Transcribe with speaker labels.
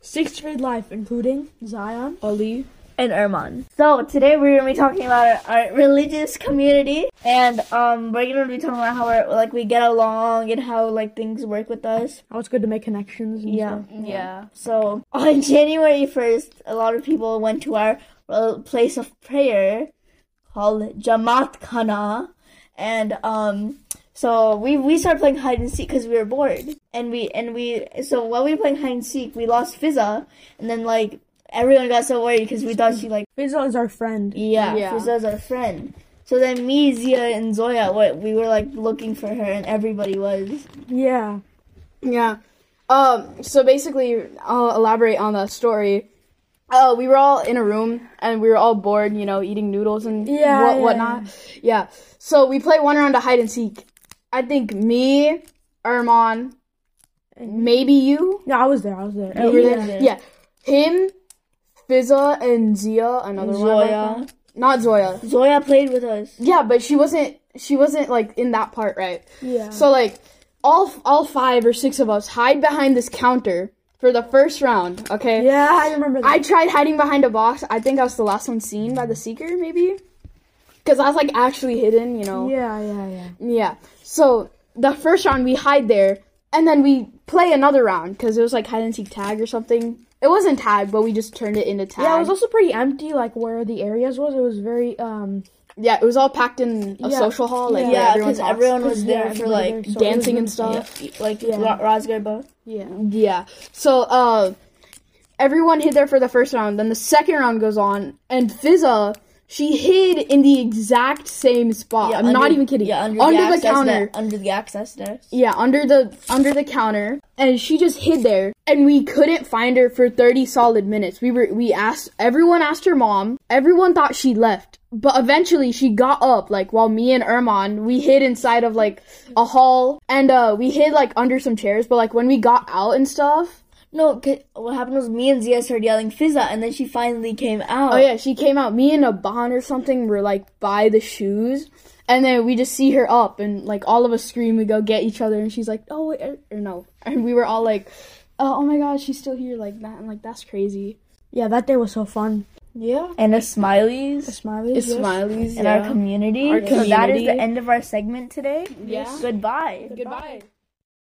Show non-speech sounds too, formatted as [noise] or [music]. Speaker 1: Six Trade Life, including Zion,
Speaker 2: Ali.
Speaker 3: and Erman. So today we're gonna be talking about our, our religious community, and um, we're gonna be talking about how we're, like we get along and how like things work with us.
Speaker 1: how it's good to make connections. And
Speaker 3: Yeah.
Speaker 1: stuff.
Speaker 2: Yeah.
Speaker 3: So on [laughs] January first, a lot of people went to our uh, place of prayer called Jamaat Khana, and um. So we we started playing hide and seek because we were bored, and we and we so while we were playing hide and seek, we lost Fizza, and then like everyone got so worried because we thought she like.
Speaker 1: Fizzle is our friend.
Speaker 3: Yeah,
Speaker 2: Yeah.
Speaker 3: Friza's our friend. So then me, Zia, and Zoya, what we were like looking for her, and everybody was.
Speaker 1: Yeah.
Speaker 2: Yeah. Um, so basically, I'll elaborate on the story. Uh, we were all in a room and we were all bored, you know, eating noodles and
Speaker 1: Yeah,
Speaker 2: what,
Speaker 1: yeah,
Speaker 2: whatnot. Yeah. So we play one round of hide and seek. I think me, Erman, maybe you.
Speaker 1: Yeah, I was there. I was there.
Speaker 3: Yeah.
Speaker 2: You were there?
Speaker 3: Yeah.
Speaker 2: Yeah. Him, Fizza, and Zia, another one. I
Speaker 3: Zoya.
Speaker 2: think. Not Zoya.
Speaker 3: Zoya played with us.
Speaker 2: Yeah, but she wasn't. She wasn't like in that part, right?
Speaker 1: Yeah.
Speaker 2: So like all all five or six of us hide behind this counter for the first round, okay?
Speaker 1: yeah, I remember that.
Speaker 2: I tried hiding behind a box. I think I was the last one seen by the seeker, maybe. Cuz I was like actually hidden, you know.
Speaker 1: yeah, yeah, yeah.
Speaker 2: Yeah. So the first round we hide there and then we play another round cuz it was like hide and seek tag or something. It wasn't tag, but we just turned it into tag.
Speaker 1: Yeah, it was also pretty empty, like where the areas was. It was very um
Speaker 2: Yeah, it was all packed in a
Speaker 1: Yeah.
Speaker 2: social hall like where
Speaker 3: Yeah,
Speaker 2: everyone
Speaker 3: because
Speaker 2: talks.
Speaker 3: everyone was there
Speaker 1: yeah,
Speaker 3: for
Speaker 1: everybody
Speaker 3: like
Speaker 1: there, so it was
Speaker 2: dancing
Speaker 1: really-
Speaker 2: and stuff.
Speaker 3: yeah, like
Speaker 1: Yeah.
Speaker 3: Ra- Rosgar both.
Speaker 2: Yeah. Yeah. So, uh, everyone hid there for the first round. Then the second round goes on, and Fizza, she hid in the exact same spot. I'm
Speaker 3: under-
Speaker 2: not even kidding.
Speaker 3: Yeah, under, the,
Speaker 2: the,
Speaker 3: access
Speaker 2: counter.
Speaker 3: net- under the access desk.
Speaker 2: Yeah, under the under the counter, and she just hid there, and we couldn't find her for thirty solid minutes. We were we asked everyone asked her mom. Everyone thought she left, but eventually she got up. Like while me and Erman, we hid inside of like a hall, and uh we hid like under some chairs. But like when we got out and stuff,
Speaker 3: No, 'cause what happened was me and Zia started yelling Fizza, and then she finally came out.
Speaker 2: oh yeah, she came out. Me and Aban or something were like by the shoes. And then we just see her up, and like all of us scream. We go get each other, and she's like, "Oh, wait," or, or no!" [laughs] And we were all like, oh, "Oh my god, she's still here!" Like that, and like that's crazy.
Speaker 1: Yeah, that day was so fun.
Speaker 2: Yeah,
Speaker 3: And a Smileys.
Speaker 1: Smiley.
Speaker 2: it's
Speaker 1: yes.
Speaker 2: smileys
Speaker 3: And our community.
Speaker 2: Our
Speaker 3: So that is
Speaker 2: community.
Speaker 3: the end of our segment today.
Speaker 2: Yeah.
Speaker 3: Goodbye.
Speaker 2: Goodbye.